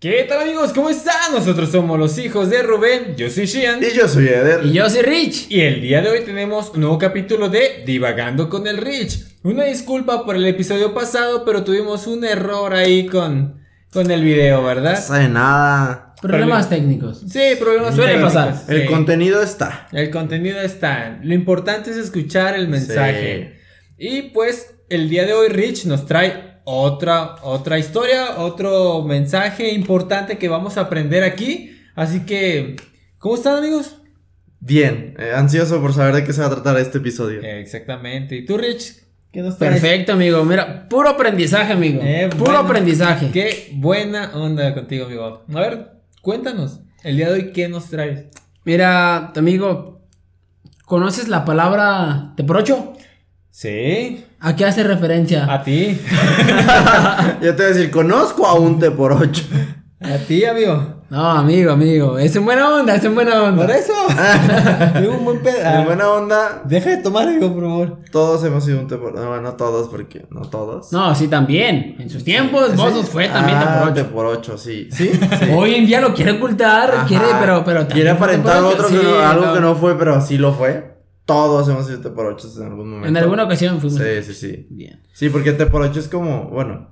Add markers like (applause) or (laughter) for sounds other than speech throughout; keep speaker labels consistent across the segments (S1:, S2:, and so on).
S1: ¿Qué tal amigos? ¿Cómo están? Nosotros somos los hijos de Rubén, yo soy Shian
S2: Y yo soy Eder.
S3: Y yo soy Rich.
S1: y el día de hoy tenemos un nuevo capítulo de Divagando con el Rich. Una disculpa por el episodio pasado, pero tuvimos un error ahí con, con el video,
S2: No
S1: ¿verdad?
S2: sabe nada.
S3: Problemas técnicos.
S1: Sí, problemas
S3: Suele
S1: técnicos,
S3: pasar.
S1: sí.
S2: El contenido está.
S1: El contenido está. Lo importante es escuchar el mensaje. Y pues el día de hoy Rich nos trae otra, otra historia, otro mensaje importante que vamos a aprender aquí. Así que, ¿cómo están amigos?
S2: Bien. Eh, ansioso por saber de qué se va a tratar este episodio.
S1: Exactamente. ¿Y tú Rich? ¿Qué nos traes?
S3: Perfecto, amigo. Mira, puro aprendizaje, amigo.
S1: Eh,
S3: puro
S1: bueno,
S3: aprendizaje.
S1: Qué buena onda contigo, amigo. A ver, cuéntanos. El día de hoy, ¿qué nos traes?
S3: Mira, amigo, ¿conoces la palabra teporocho?
S1: Sí,
S3: ¿A qué hace referencia?
S1: a (laughs) ti.
S2: Yo te voy a decir, conozco a un T por
S3: (laughs)
S2: 8.
S1: A ti, amigo.
S3: No, amigo, amigo. Es en buena onda, es en buena
S1: Por (laughs)
S3: onda.
S1: eso. Tengo un buen Ah,
S2: En
S1: pedazo.
S2: buena onda,
S1: Deja de tomar algo, por favor.
S2: todos hemos sido un T por 8. Bueno, no todos, porque no todos.
S3: No, sí, también. En sus tiempos,
S2: Sí.
S3: Mozos fue también
S2: Ah,
S3: teporocho.
S2: T por 8, sí. ¿Sí?
S3: Hoy en día lo quiere ocultar,
S2: Ajá.
S3: (laughs) quiere, pero, pero también
S2: Quiere
S3: fue
S2: aparentar
S3: teporocho.
S2: otro que
S3: Sí,
S2: no- algo que no fue, pero sí lo fue. Todos hemos sido T por 8 en algún momento.
S3: En alguna ocasión fuimos.
S2: Sí, sí, sí.
S3: Bien.
S2: Sí, porque T por 8 es como, bueno,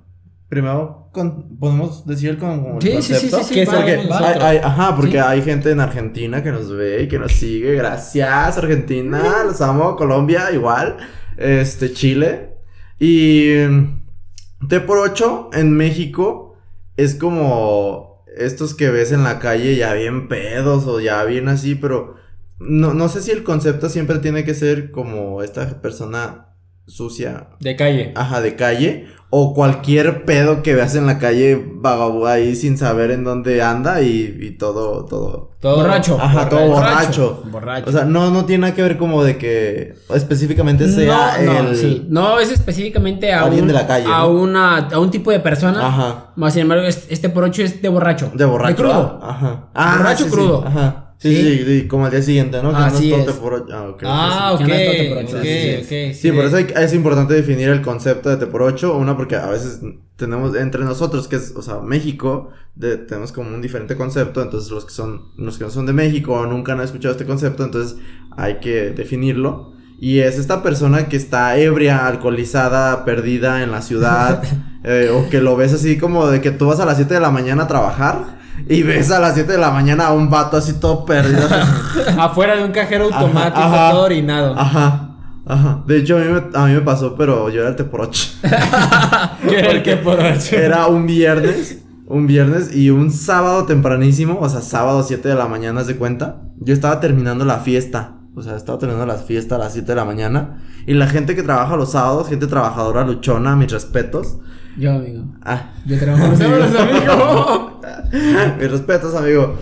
S2: primero con- podemos decir el como, como el
S3: Sí, sí, sí,
S2: concepto.
S3: sí, sí,
S1: que es
S3: va,
S2: Porque
S1: Vamos
S3: va.
S1: nosotros.
S2: hay- hay- ajá, porque
S3: Sí.
S2: hay gente en Argentina que nos ve y que nos sigue. Gracias, Argentina. Los amo. Colombia, igual. Este, Chile. Y mm, T por 8 en México es como estos que ves en la calle ya bien pedos o ya bien así, pero no, no sé si el concepto siempre tiene que ser como esta persona sucia
S1: De calle.
S2: ajá, de calle. O cualquier pedo que veas en la calle vagabundo ahí sin saber en dónde anda y, y todo, todo.
S1: Todo
S3: Borracho.
S2: Ajá, todo borracho.
S3: Borracho.
S2: O sea, no, no tiene nada que ver como de que específicamente sea
S3: no,
S2: el.
S3: no, sí. No, es específicamente a
S2: Alguien
S3: un,
S2: de la calle,
S3: a
S2: ¿no?
S3: una a un tipo de persona.
S2: Ajá.
S3: Más sin embargo, es- este por ocho es de borracho.
S2: De borracho.
S3: crudo.
S2: ah, Ajá. Ah,
S3: Borracho
S2: sí,
S3: crudo.
S2: Sí, ajá. Sí,
S3: Sí.
S2: sí, sí, como al día siguiente, ¿no? Que
S3: Así
S2: no
S3: es.
S2: todo te por- Ah, ok.
S1: Ah,
S3: Sí,
S1: ok.
S3: sí, sí. Que no es
S1: Ok,
S3: tanto,
S1: ok.
S3: pero-
S1: sí,
S2: Sí, por eso hay- es importante definir el concepto de T por 8, una porque a veces tenemos entre nosotros, que es, o sea, México, de- tenemos como un diferente concepto, entonces los que son, los que no son de México o nunca han escuchado este concepto, entonces hay que definirlo. Y es esta persona que está ebria, alcoholizada, perdida en la ciudad, eh, o que lo ves así como de que tú vas a las 7 de la mañana a trabajar y ves a las 7 de la mañana a un vato así todo perdido.
S1: Afuera de un cajero automático,
S2: Ajá, ajá.
S1: todo
S3: (laughs)
S1: orinado.
S2: Ajá, ajá. De hecho, a mí me, a mí me pasó, pero yo era el T por 8.
S1: ¿Qué era el que borracho?
S2: Era un viernes, un viernes y un sábado tempranísimo, o sea, sábado 7 de la mañana, haz de cuenta. Yo estaba terminando la fiesta, o sea, estaba terminando la fiesta a las 7 de la mañana. Y la gente que trabaja los sábados, gente trabajadora, luchona, mis respetos.
S3: Yo, amigo.
S2: Ah, (laughs)
S3: Yo trabajo con los amigo.
S2: mis respetos, amigo.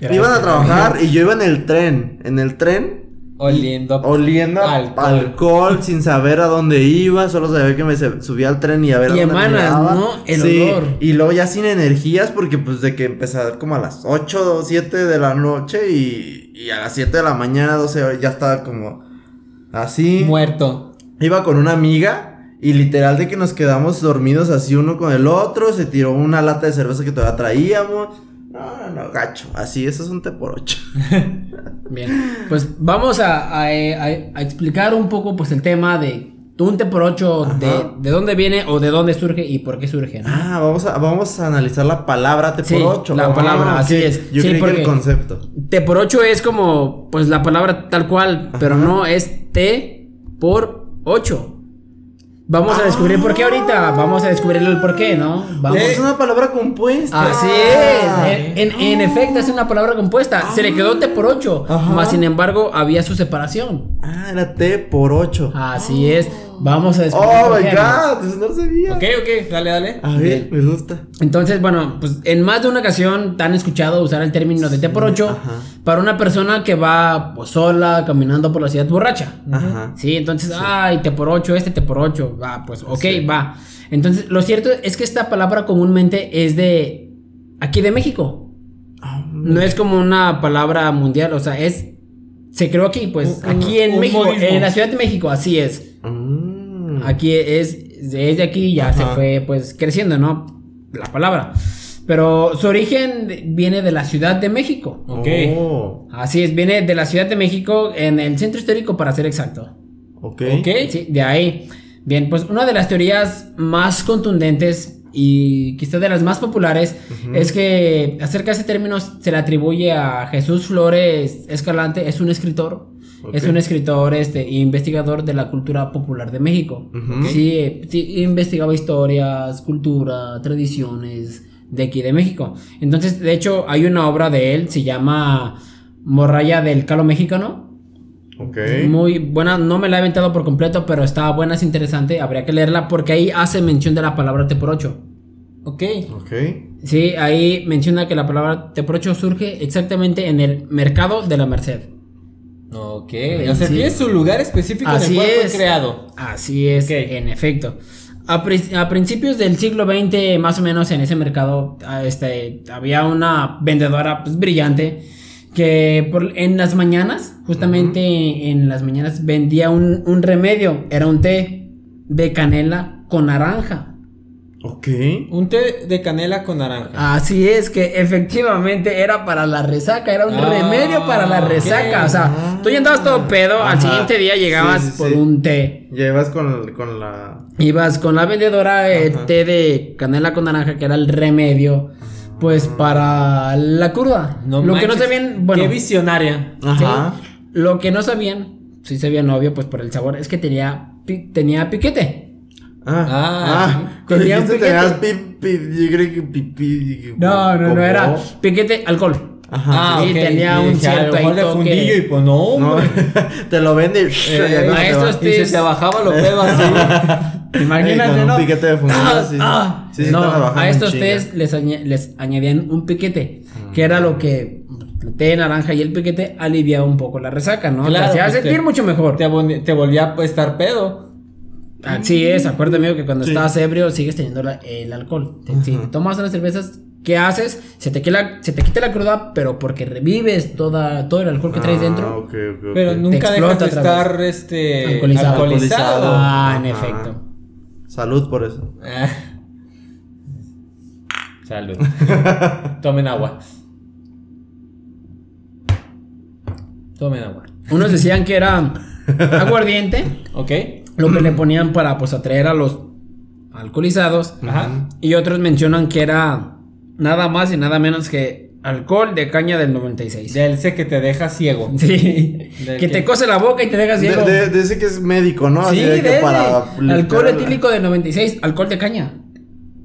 S2: Iban a trabajar y yo iba en el tren, en el tren.
S1: Oliendo. a-
S2: Oliendo a
S1: Alcohol.
S2: alcohol. sin saber a dónde iba, solo sabía que me se- subía al tren y a ver a
S3: Y
S2: dónde me
S3: emanas,
S2: daba.
S3: ¿no? El olor.
S2: Y luego ya sin energías, porque pues de que empezaba como a las 8 o 7 de la noche y, y a las 7 de la mañana, 12 horas, ya estaba como así.
S1: Muerto.
S2: Iba con una amiga y literal de que nos quedamos dormidos así uno con el otro, se tiró una lata de cerveza que todavía traíamos. No, no, no, gacho. Así, eso es un té por ocho.
S3: Bien. Pues vamos a, a, eh, a- a explicar un poco pues el tema de un te por ocho,
S2: Ajá.
S3: de, de dónde viene o de dónde surge y por qué surge, ¿no?
S2: Ah, vamos a, vamos a analizar la palabra te
S3: Sí,
S2: por ocho.
S3: la
S2: Ah,
S3: palabra,
S2: ok.
S3: así es.
S2: Yo
S3: Sí,
S2: creí que
S3: porque-
S2: el concepto.
S3: T por 8 es como, pues la palabra tal cual, pero
S2: Ajá.
S3: no es T por 8. Vamos a descubrir por qué ahorita, vamos a descubrir el por qué, ¿no? Vamos.
S2: Es una palabra compuesta.
S3: Así
S2: Eh. Ah.
S3: es, eh. en, en- en efecto es una palabra compuesta, se le quedó T por 8,
S2: Ajá.
S3: más sin embargo había su separación.
S2: Ah, era T por ocho.
S3: Así Ah, es, vamos a descubrir.
S2: Oh
S3: por
S2: my
S3: qué, amigos.
S2: god, eso no lo sabía.
S1: Oh. Ok, ok, dale, dale.
S2: A ver, me gusta.
S3: Entonces, bueno, pues en más de una ocasión te han escuchado usar el término de T por 8
S2: ajá.
S3: para una persona que va pues, sola caminando por la ciudad borracha.
S2: Ajá.
S3: Sí, entonces, ay, te por ocho, este te por ocho, va, pues, ok,
S2: Sí.
S3: va. Entonces, lo cierto es que esta palabra comúnmente es de aquí de México.
S2: Ah,
S3: No es como una palabra mundial, o sea, es, se creó aquí, pues,
S1: Un-
S3: aquí en
S1: un
S3: México,
S1: modismo.
S3: en la Ciudad de México, así es.
S2: mm.
S3: Aquí es, es de aquí, ya
S2: Ajá.
S3: se fue, pues, creciendo, ¿no? La palabra. Pero su origen viene de la Ciudad de México.
S1: Ok.
S2: Oh,
S3: Así es, viene de la Ciudad de México, en el centro histórico para ser exacto.
S2: ok.
S1: Ok.
S3: Sí, de ahí. Bien, pues una de las teorías más contundentes y quizás de las más populares es que acerca de ese término se le atribuye a Jesús Flores Escalante, es un escritor,
S2: Ok.
S3: es un escritor este e investigador de la cultura popular de México.
S2: Ujú.
S3: Sí, eh, sí, investigaba historias, cultura, tradiciones de aquí de México. Entonces, de hecho, hay una obra de él, se llama Morralla del Calo Mexicano.
S2: Ok.
S3: Muy buena, no me la he aventado por completo, pero está buena, es interesante, habría que leerla porque ahí hace mención de la palabra teporocho.
S1: Ok.
S2: Ok.
S3: Sí, ahí menciona que la palabra teporocho surge exactamente en el mercado de la Merced.
S1: Ok.
S3: Bien,
S1: O sea,
S3: sí.
S1: tiene su lugar específico en
S3: Así
S1: el cual
S3: es.
S1: fue creado.
S3: Así es,
S1: Ok.
S3: en efecto. A, pri- a principios del siglo XX, más o menos en ese mercado, ah, este, había una vendedora pues, brillante que por- en las mañanas, justamente en las mañanas, vendía un, un remedio. Era un té de canela con naranja.
S2: Ok.
S1: Un té de canela con naranja.
S3: Así es que efectivamente era para la resaca, era un
S1: Ah,
S3: remedio para la
S1: ok.
S3: resaca. O sea, tú ya andabas todo pedo, al
S2: Ajá.
S3: siguiente día llegabas
S2: Sí, sí,
S3: por
S2: sí.
S3: un té.
S2: Llevas con, con la.
S3: Ibas con la vendedora eh,
S2: Ajá.
S3: té de canela con naranja, que era el remedio, pues para la curva.
S1: No
S3: lo que no
S1: manches,
S3: sabían, bueno,
S1: Qué visionaria.
S2: Ajá.
S3: lo que no sabían, sí sabían obvio, pues por el sabor, es que tenía, pi- tenía piquete.
S1: Ah.
S2: Ah. ah. Cuando
S3: Tenía un
S2: dijiste
S3: piquete.
S2: tenías pi, pi, yo creo que pi, pi-
S3: No, no,
S2: ¿cómo?
S3: no era piquete alcohol.
S2: Ajá.
S3: sí, tenía
S1: Ah, Y
S3: un
S1: dije, a lo
S3: cierto
S1: mejor
S3: ahí
S1: de
S3: toque.
S1: fundillo y pues no.
S2: No,
S1: hombre.
S3: (laughs)
S2: te lo vende. y- ya cuando te
S3: Eh, maestro,
S2: va.
S3: este-
S1: Y se te bajaba
S3: (laughs)
S1: lo pedo así.
S2: Ey,
S3: Imagínate,
S2: con un
S3: ¿no?
S2: piquete de fundido,
S3: Ah,
S2: sí, sí.
S3: ah.
S2: Sí, sí,
S3: no,
S2: estaba bajando
S3: a
S2: en
S3: estos
S2: chinga.
S3: tés les, añe- les añadían un piquete, que era lo que el té de naranja y el piquete aliviaba un poco la resaca, ¿no?
S1: Claro,
S3: te hacía
S1: pues,
S3: sentir
S1: te-
S3: mucho mejor.
S1: Te, abon- te volvía a estar pedo.
S3: Así es, acuérdate, amigo, que cuando
S2: Sí.
S3: estás ebrio sigues teniendo la- el alcohol. Te- Si tomas unas cervezas, ¿qué haces? Se te, quita, se te quita la cruda, pero porque revives toda, todo el alcohol que traes
S2: Ah,
S3: dentro.
S2: ok, ok, ok.
S1: Pero nunca
S3: explota
S1: dejas de
S3: otra vez.
S1: estar este,
S3: Alcoholizado.
S1: alcoholizado.
S3: Ah, en
S2: Ajá.
S3: efecto.
S2: Salud por eso.
S1: Ah. Salud.
S3: (laughs)
S1: Tomen agua. Tomen agua.
S3: Unos decían
S2: (laughs)
S3: que era aguardiente,
S1: ¿Ok?
S3: lo que le ponían para pues atraer a los alcoholizados.
S2: Mm.
S1: Ajá.
S3: Y otros mencionan que era nada más y nada menos que alcohol de caña del 96.
S1: Del ese que te deja ciego.
S3: (laughs) Sí.
S1: ¿De
S3: que te
S1: qué?
S3: cose la boca y te dejas
S2: De,
S3: ciego.
S2: de- de ese que es médico, ¿no?
S3: sí,
S2: Así de que
S3: de-
S2: para.
S3: alcohol
S2: literal-
S3: etílico del 96, alcohol de caña.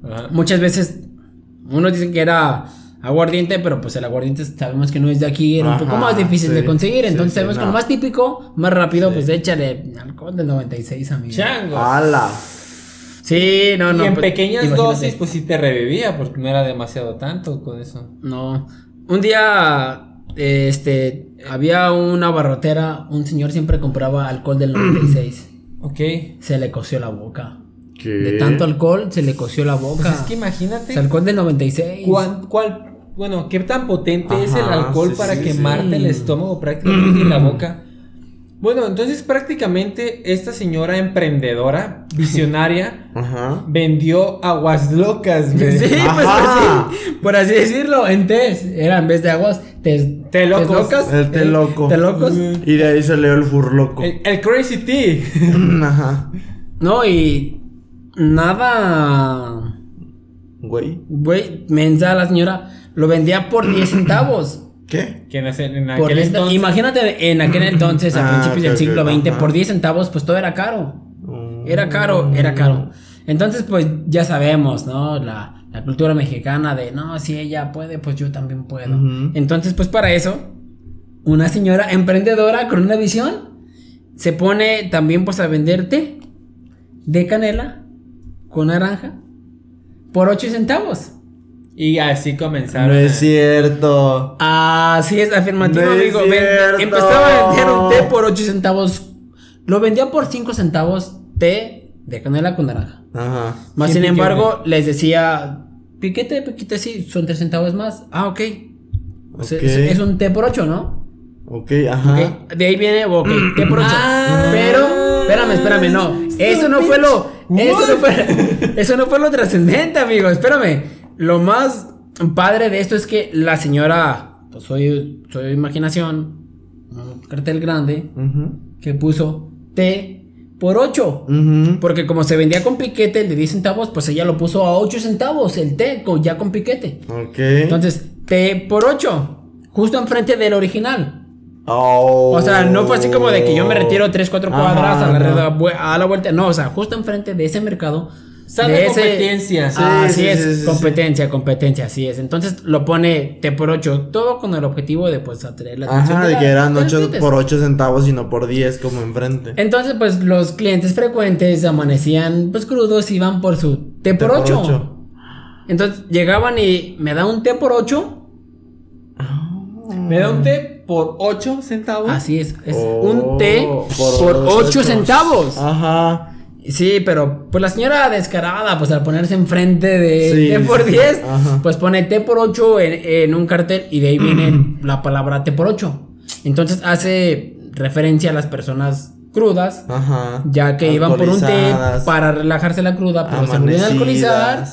S1: Ajá.
S3: Muchas veces unos dicen que era aguardiente, pero pues el aguardiente sabemos que no es de aquí, era un poco
S2: Ajá,
S3: más difícil
S2: sí,
S3: de conseguir,
S2: sí,
S3: entonces
S2: sí,
S3: sabemos que
S2: no.
S3: lo más típico, más rápido,
S2: Sí.
S3: pues échale alcohol del 96, amigo.
S1: Chango.
S2: ¡Hala!
S3: Sí, Ah, no, no.
S1: y en
S3: pues,
S1: pequeñas
S3: imagínate.
S1: dosis, pues sí te revivía, porque no era demasiado tanto con eso.
S3: No. Un día, este, había una barrotera, un señor siempre compraba alcohol del 96.
S1: Ok.
S3: (clears throat) se le coció la boca.
S2: ¿Qué?
S3: De tanto alcohol, se le coció la boca.
S1: Pues, Es que
S3: O
S1: imagínate
S3: sea, alcohol del 96.
S1: cuán- cuál, bueno, qué tan potente es el
S2: Ajá,
S1: alcohol
S2: sí,
S1: para
S2: sí,
S1: quemarte
S3: sí.
S1: el estómago prácticamente y la boca. Bueno, entonces prácticamente esta señora emprendedora, visionaria, (laughs)
S2: Ajá.
S1: vendió aguas locas, güey.
S2: (laughs)
S3: (laughs) Sí, pues
S2: Ajá.
S3: por así, por así decirlo, en tés. Era en vez de aguas, tes,
S1: Té locos.
S2: El té
S3: eh,
S2: loco.
S3: té locos.
S2: Y de ahí salió el furloco.
S1: El, el Crazy Tea.
S2: (clears throat) Ajá.
S3: No, y nada.
S2: Güey.
S3: Güey, mensa la señora. Lo vendía por 10 centavos.
S2: ¿Qué?
S1: Que en ese- en
S3: Por
S1: aquel
S3: 10
S1: entonces.
S3: Imagínate en aquel entonces, a
S2: Ah,
S3: principios
S2: ok,
S3: del
S2: ok,
S3: siglo XX,
S2: ajá.
S3: por 10 centavos, pues todo era caro.
S2: Mm,
S3: Era caro, era caro. Entonces, pues ya sabemos, ¿no? La, la cultura mexicana de, no, si ella puede, pues yo también puedo.
S2: Ujú.
S3: Entonces, pues para eso, una señora emprendedora con una visión se pone también pues a vender té de canela con naranja por 8 centavos.
S1: Y así comenzaron.
S2: No
S1: a-
S3: eh.
S2: es cierto.
S3: Así es, afirmativo,
S2: No es
S3: amigo. Ven-
S2: cierto.
S3: empezaba a vender un té por 8 centavos. Lo vendía por 5 centavos té de canela con naranja.
S2: Ajá.
S3: Más
S1: Sin
S3: sin
S1: piquete.
S3: embargo, les decía, piquete, piquete, sí, son tres centavos más. Ah, ok. O sea,
S2: Ok.
S3: Es, es un té por ocho, ¿no?
S2: Ok, ajá.
S3: Ok, De ahí viene, ok, té por ocho.
S1: Ah.
S3: Pero, espérame, espérame, no. Eso no fue lo. Eso no fue, eso no fue lo trascendente, amigo. Espérame. Lo más padre de esto es que la señora, pues soy, soy imaginación, un cartel grande
S2: Ujú.
S3: que puso T por 8.
S2: Ujú.
S3: Porque como se vendía con piquete de 10 centavos, pues ella lo puso a 8 centavos el té, con- ya con piquete.
S2: Ok.
S3: Entonces, T por 8, justo enfrente del original.
S2: Oh.
S3: O sea, no fue así como de que yo me retiro 3, 4
S2: Ajá,
S3: cuadras a la,
S2: no.
S3: red- vue- a la vuelta. No, o sea, justo enfrente de ese mercado.
S1: Sana
S3: de
S1: competencia.
S2: Sí,
S3: así
S2: sí,
S3: es,
S2: sí, sí, sí.
S3: competencia, competencia, así es. Entonces lo pone T por 8, todo con el objetivo de pues atraer la atención.
S2: Ajá,
S3: de
S2: de
S3: la-
S2: que eran
S3: de los
S2: 8
S3: clientes.
S2: por 8 centavos y no por 10 como enfrente.
S3: Entonces, pues los clientes frecuentes amanecían pues crudos y iban por su té por
S2: Té por
S3: 8.
S2: ocho.
S3: Entonces llegaban y me da un té por 8.
S1: Me da un té por 8 centavos.
S3: Así es, es
S2: Oh,
S3: un té
S2: por
S3: por
S2: ocho.
S3: 8 centavos.
S2: Ajá.
S3: Sí, pero pues la señora descarada, pues al ponerse enfrente de
S2: Sí,
S3: té por
S2: sí,
S3: 10,
S2: ajá.
S3: pues pone té por 8 en, en un cartel y de ahí viene la palabra té por 8. Entonces hace referencia a las personas crudas,
S2: Ajá.
S3: ya que iban por un té
S2: Alcoholizadas,
S3: para relajarse la cruda, pero se volvieron a
S2: amanecidas.
S3: alcoholizar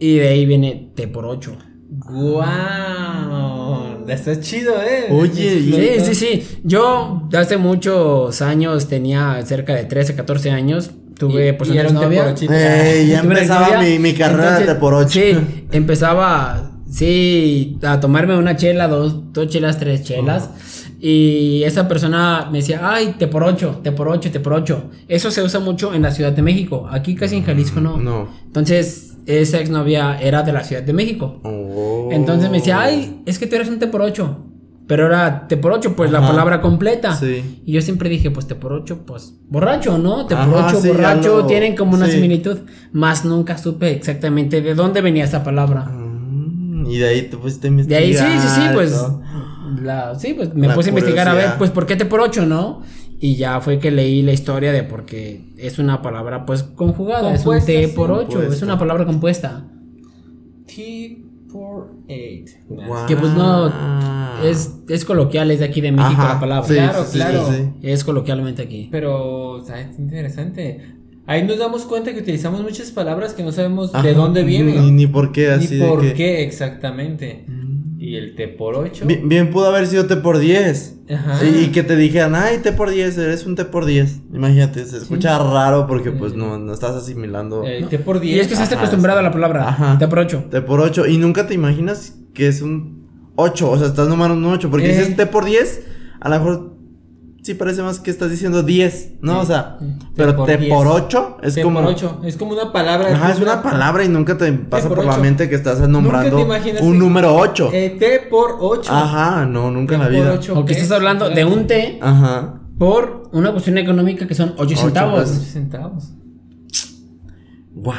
S3: y de ahí viene té por 8.
S1: Guau. Está chido, eh.
S2: Oye, y-
S3: Sí, sí, sí. Yo hace muchos años tenía cerca de 13, 14 años. Tuve
S1: Y-
S3: pues
S1: y
S3: una
S1: era un té por
S3: novia.
S1: ochito.
S2: Ey,
S3: (laughs)
S2: ya
S3: Tuve una
S2: empezaba mi,
S3: novia,
S2: mi carrera
S3: entonces,
S2: de por 8.
S3: Sí, empezaba, sí, a tomarme una chela, dos, dos chelas, tres chelas. Y esa persona me decía, ay, te por ocho, te por ocho, te por ocho. Eso se usa mucho en la Ciudad de México. Aquí casi en Jalisco
S2: (laughs)
S3: no.
S2: No.
S3: Entonces, esa exnovia era de la Ciudad de México.
S2: Oh.
S3: Entonces me decía, ay, es que tú eres un te por ocho. Pero era te por ocho, pues la
S2: Ajá.
S3: palabra completa.
S2: Sí.
S3: Y yo siempre dije, pues te por ocho, pues borracho, ¿no? Te por
S2: Ajá,
S3: ocho,
S2: sí, ya
S3: borracho,
S2: lo-
S3: tienen como una
S2: sí.
S3: similitud. Más nunca supe exactamente de dónde venía esa palabra.
S2: Mm, Y de ahí te pusiste a
S3: De ahí sí, sí, sí,
S2: investigar,
S3: pues.
S2: ¿no?
S3: la- sí, pues me
S2: La
S3: puse a investigar a ver,
S2: curiosidad.
S3: pues, ¿por qué te por ocho, no? Y ya fue que leí la historia de porque es una palabra, pues, conjugada.
S1: Compuesta,
S3: es un te
S1: sí,
S3: por ocho, es
S2: compuesta.
S3: una palabra compuesta.
S1: T por 8.
S2: Guau.
S3: Que pues no. Es, es coloquial, es de aquí de México
S2: Ah. Ajá,
S3: la palabra.
S2: sí,
S1: Claro,
S2: sí, sí,
S1: claro.
S2: sí, sí.
S3: Es coloquialmente aquí.
S1: Pero, o sea, es interesante. Ahí nos damos cuenta que utilizamos muchas palabras que no sabemos
S2: Ajá,
S1: de dónde vienen.
S2: Ni, ni por qué,
S1: Ni
S2: así de
S1: por
S2: que-
S1: qué exactamente. Y el té por 8.
S2: Bi- Bien, pudo haber sido T por 10.
S1: Ajá.
S2: Y, y que te dijeran, ay, T por 10, eres un T por 10. Imagínate, se escucha raro porque pues no, no estás asimilando.
S1: El té por 10.
S3: Y es que se está
S2: Ajá,
S3: acostumbrado a
S2: sí.
S3: la palabra.
S2: Ajá.
S3: Te por ocho.
S2: T por 8. Y nunca te imaginas que es un 8. O sea, estás nomás un 8. Porque si
S1: Eh.
S2: es T por 10, a lo mejor sí parece más que estás diciendo 10. No, o sea, pero
S1: por
S2: T
S1: 10.
S2: por 8 es
S1: té
S2: como.
S1: por 8. Es como una palabra.
S2: Ajá, es una palabra y nunca te pasa
S1: por
S2: por, la
S1: ocho.
S2: mente que estás
S1: Nunca
S2: nombrando
S1: te imaginas
S2: un
S1: que-
S2: número 8.
S1: Eh, té por 8.
S2: Ajá, no, nunca en la vida.
S3: O que estás hablando de un té
S2: Ajá.
S3: por una cuestión económica que son ocho
S2: Ocho
S3: centavos.
S2: pesos.
S1: centavos. Eh.
S2: Wow.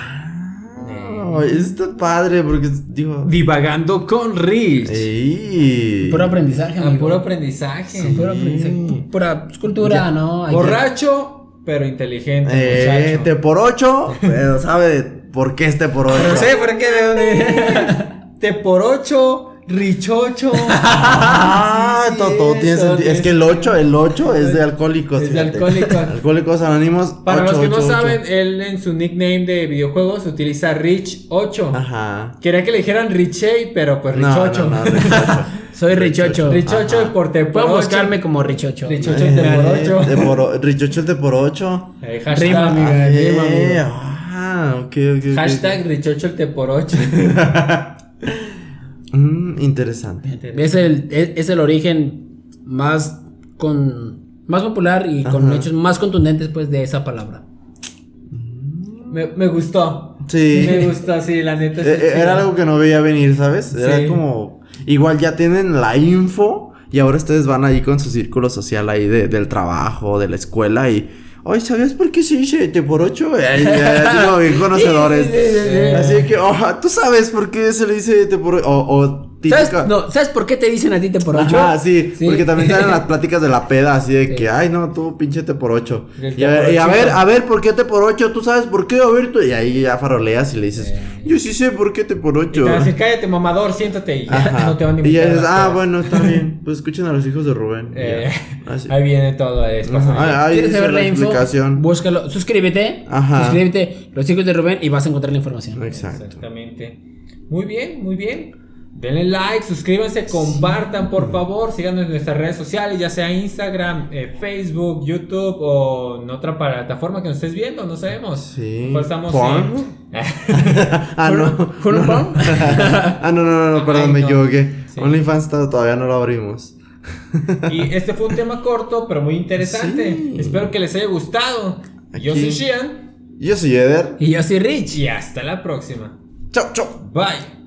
S2: Eso está padre porque digo.
S1: Divagando con Rich.
S2: Ey.
S3: Puro aprendizaje,
S1: A
S3: amigo.
S1: Ah, puro aprendizaje.
S3: Puro aprendizaje. Pu- Pura pues, cultura,
S2: Ya.
S3: ¿no? Hay que-
S1: Borracho, pero inteligente.
S2: Eh,
S1: muchacho.
S2: te
S1: (laughs)
S2: por 8, pero sabe por qué este por 8.
S1: Pero sé por qué de dónde viene. (laughs) Te por 8,
S2: (laughs)
S1: richocho.
S2: Ah,
S1: Sí,
S2: todo, todo tiene
S1: todo
S2: sentido. Es que el 8, el 8 es de alcohólicos.
S1: Es de
S2: fíjate.
S1: alcohólicos.
S2: Alcohólicos anónimos.
S1: Para los
S2: 8,
S1: que no
S2: 8, 8.
S1: saben, él en su nickname de videojuegos utiliza Rich 8.
S2: Ajá.
S1: Quería que le dijeran Richey, pero pues
S2: No,
S1: Richocho.
S2: no,
S1: (laughs)
S2: no, Richocho.
S3: Soy Richocho.
S1: Richocho
S2: Ajá.
S1: por te por
S3: Puedo
S1: ocho.
S3: buscarme como Richocho.
S1: Richocho.
S2: Eh,
S1: Te por ocho.
S2: te por o- Richocho el te por 8.
S1: Eh, hashtag,
S3: Rima, amiga. rima, amigo.
S2: Ah, ok, ok, ok.
S1: hashtag Richocho el te por 8.
S2: Mm, interesante.
S3: Es el, es, es el origen más con más popular y con
S2: Ajá.
S3: hechos más contundentes pues de esa palabra.
S1: (laughs) Me, me gustó.
S2: Sí.
S1: Me gustó, sí, la neta.
S2: Eh, eh, Era algo que no veía venir, ¿sabes? Era
S1: Sí.
S2: como. Igual ya tienen la info y ahora ustedes van ahí con su círculo social ahí de- del trabajo, de la escuela y. Ay, ¿sabías por qué se dice te por ocho? (laughs) Ay, ya, así como bien conocedores.
S3: Sí, sí, sí, sí.
S2: Así que, oh, ¿tú sabes por qué se le dice te por ocho? O, o
S3: ¿Sabes,
S2: típica-
S3: no, ¿Sabes por qué te dicen a ti te por ocho?
S2: Ajá, sí,
S3: Sí.
S2: porque también
S1: (laughs)
S2: salen las pláticas de la peda, así de que, ay, no, tú pinche te por ocho. Y a, y a ver, a ver, ¿por qué te por ocho? ¿Tú sabes por qué? A ver, tú- y ahí ya faroleas y le dices, yo sí sé por qué te por
S1: Y te
S2: ocho.
S1: van a decir, cállate, mamador, siéntate y ya (laughs)
S2: Ajá.
S1: no te van a
S2: y
S1: invitar.
S2: ya
S1: a
S2: dices,
S1: las
S2: ah,
S1: pedas".
S2: bueno, está
S1: (laughs)
S2: bien, pues escuchen a los hijos de Rubén. y
S1: Eh,
S2: ya. Así.
S1: (laughs) Ahí viene todo. Es,
S2: Ajá, Ah, ahí- ahí
S3: ¿Quieres
S2: dice
S3: saber
S2: la
S3: la info?
S2: explicación.
S3: Búscalo, suscríbete,
S2: Ajá.
S3: suscríbete, los hijos de Rubén y vas a encontrar la información.
S2: Exacto.
S1: Exactamente. Muy bien, muy bien. Denle like, suscríbanse, compartan por favor, síganos en nuestras redes sociales, ya sea Instagram, eh, Facebook, YouTube o en otra plataforma que nos estés viendo, no sabemos.
S2: Sí.
S1: ¿Cuál estamos
S2: ¿Porn?
S1: en-
S2: (laughs)
S1: (laughs)
S2: ah, no.
S3: ¿Con un pom?
S2: (laughs) ah, no, no, no, no, perdón,
S1: Ay,
S2: me
S1: no.
S2: equivoqué.
S1: Sí.
S2: OnlyFans to- todavía no lo abrimos.
S1: y este fue un tema corto, pero muy interesante.
S2: Sí.
S1: Espero que les haya gustado. Yo
S2: Aquí.
S1: soy Shian
S2: Yo soy Eder.
S3: Y yo soy Rich.
S1: y hasta la próxima.
S2: Chau, chau.
S1: Bye.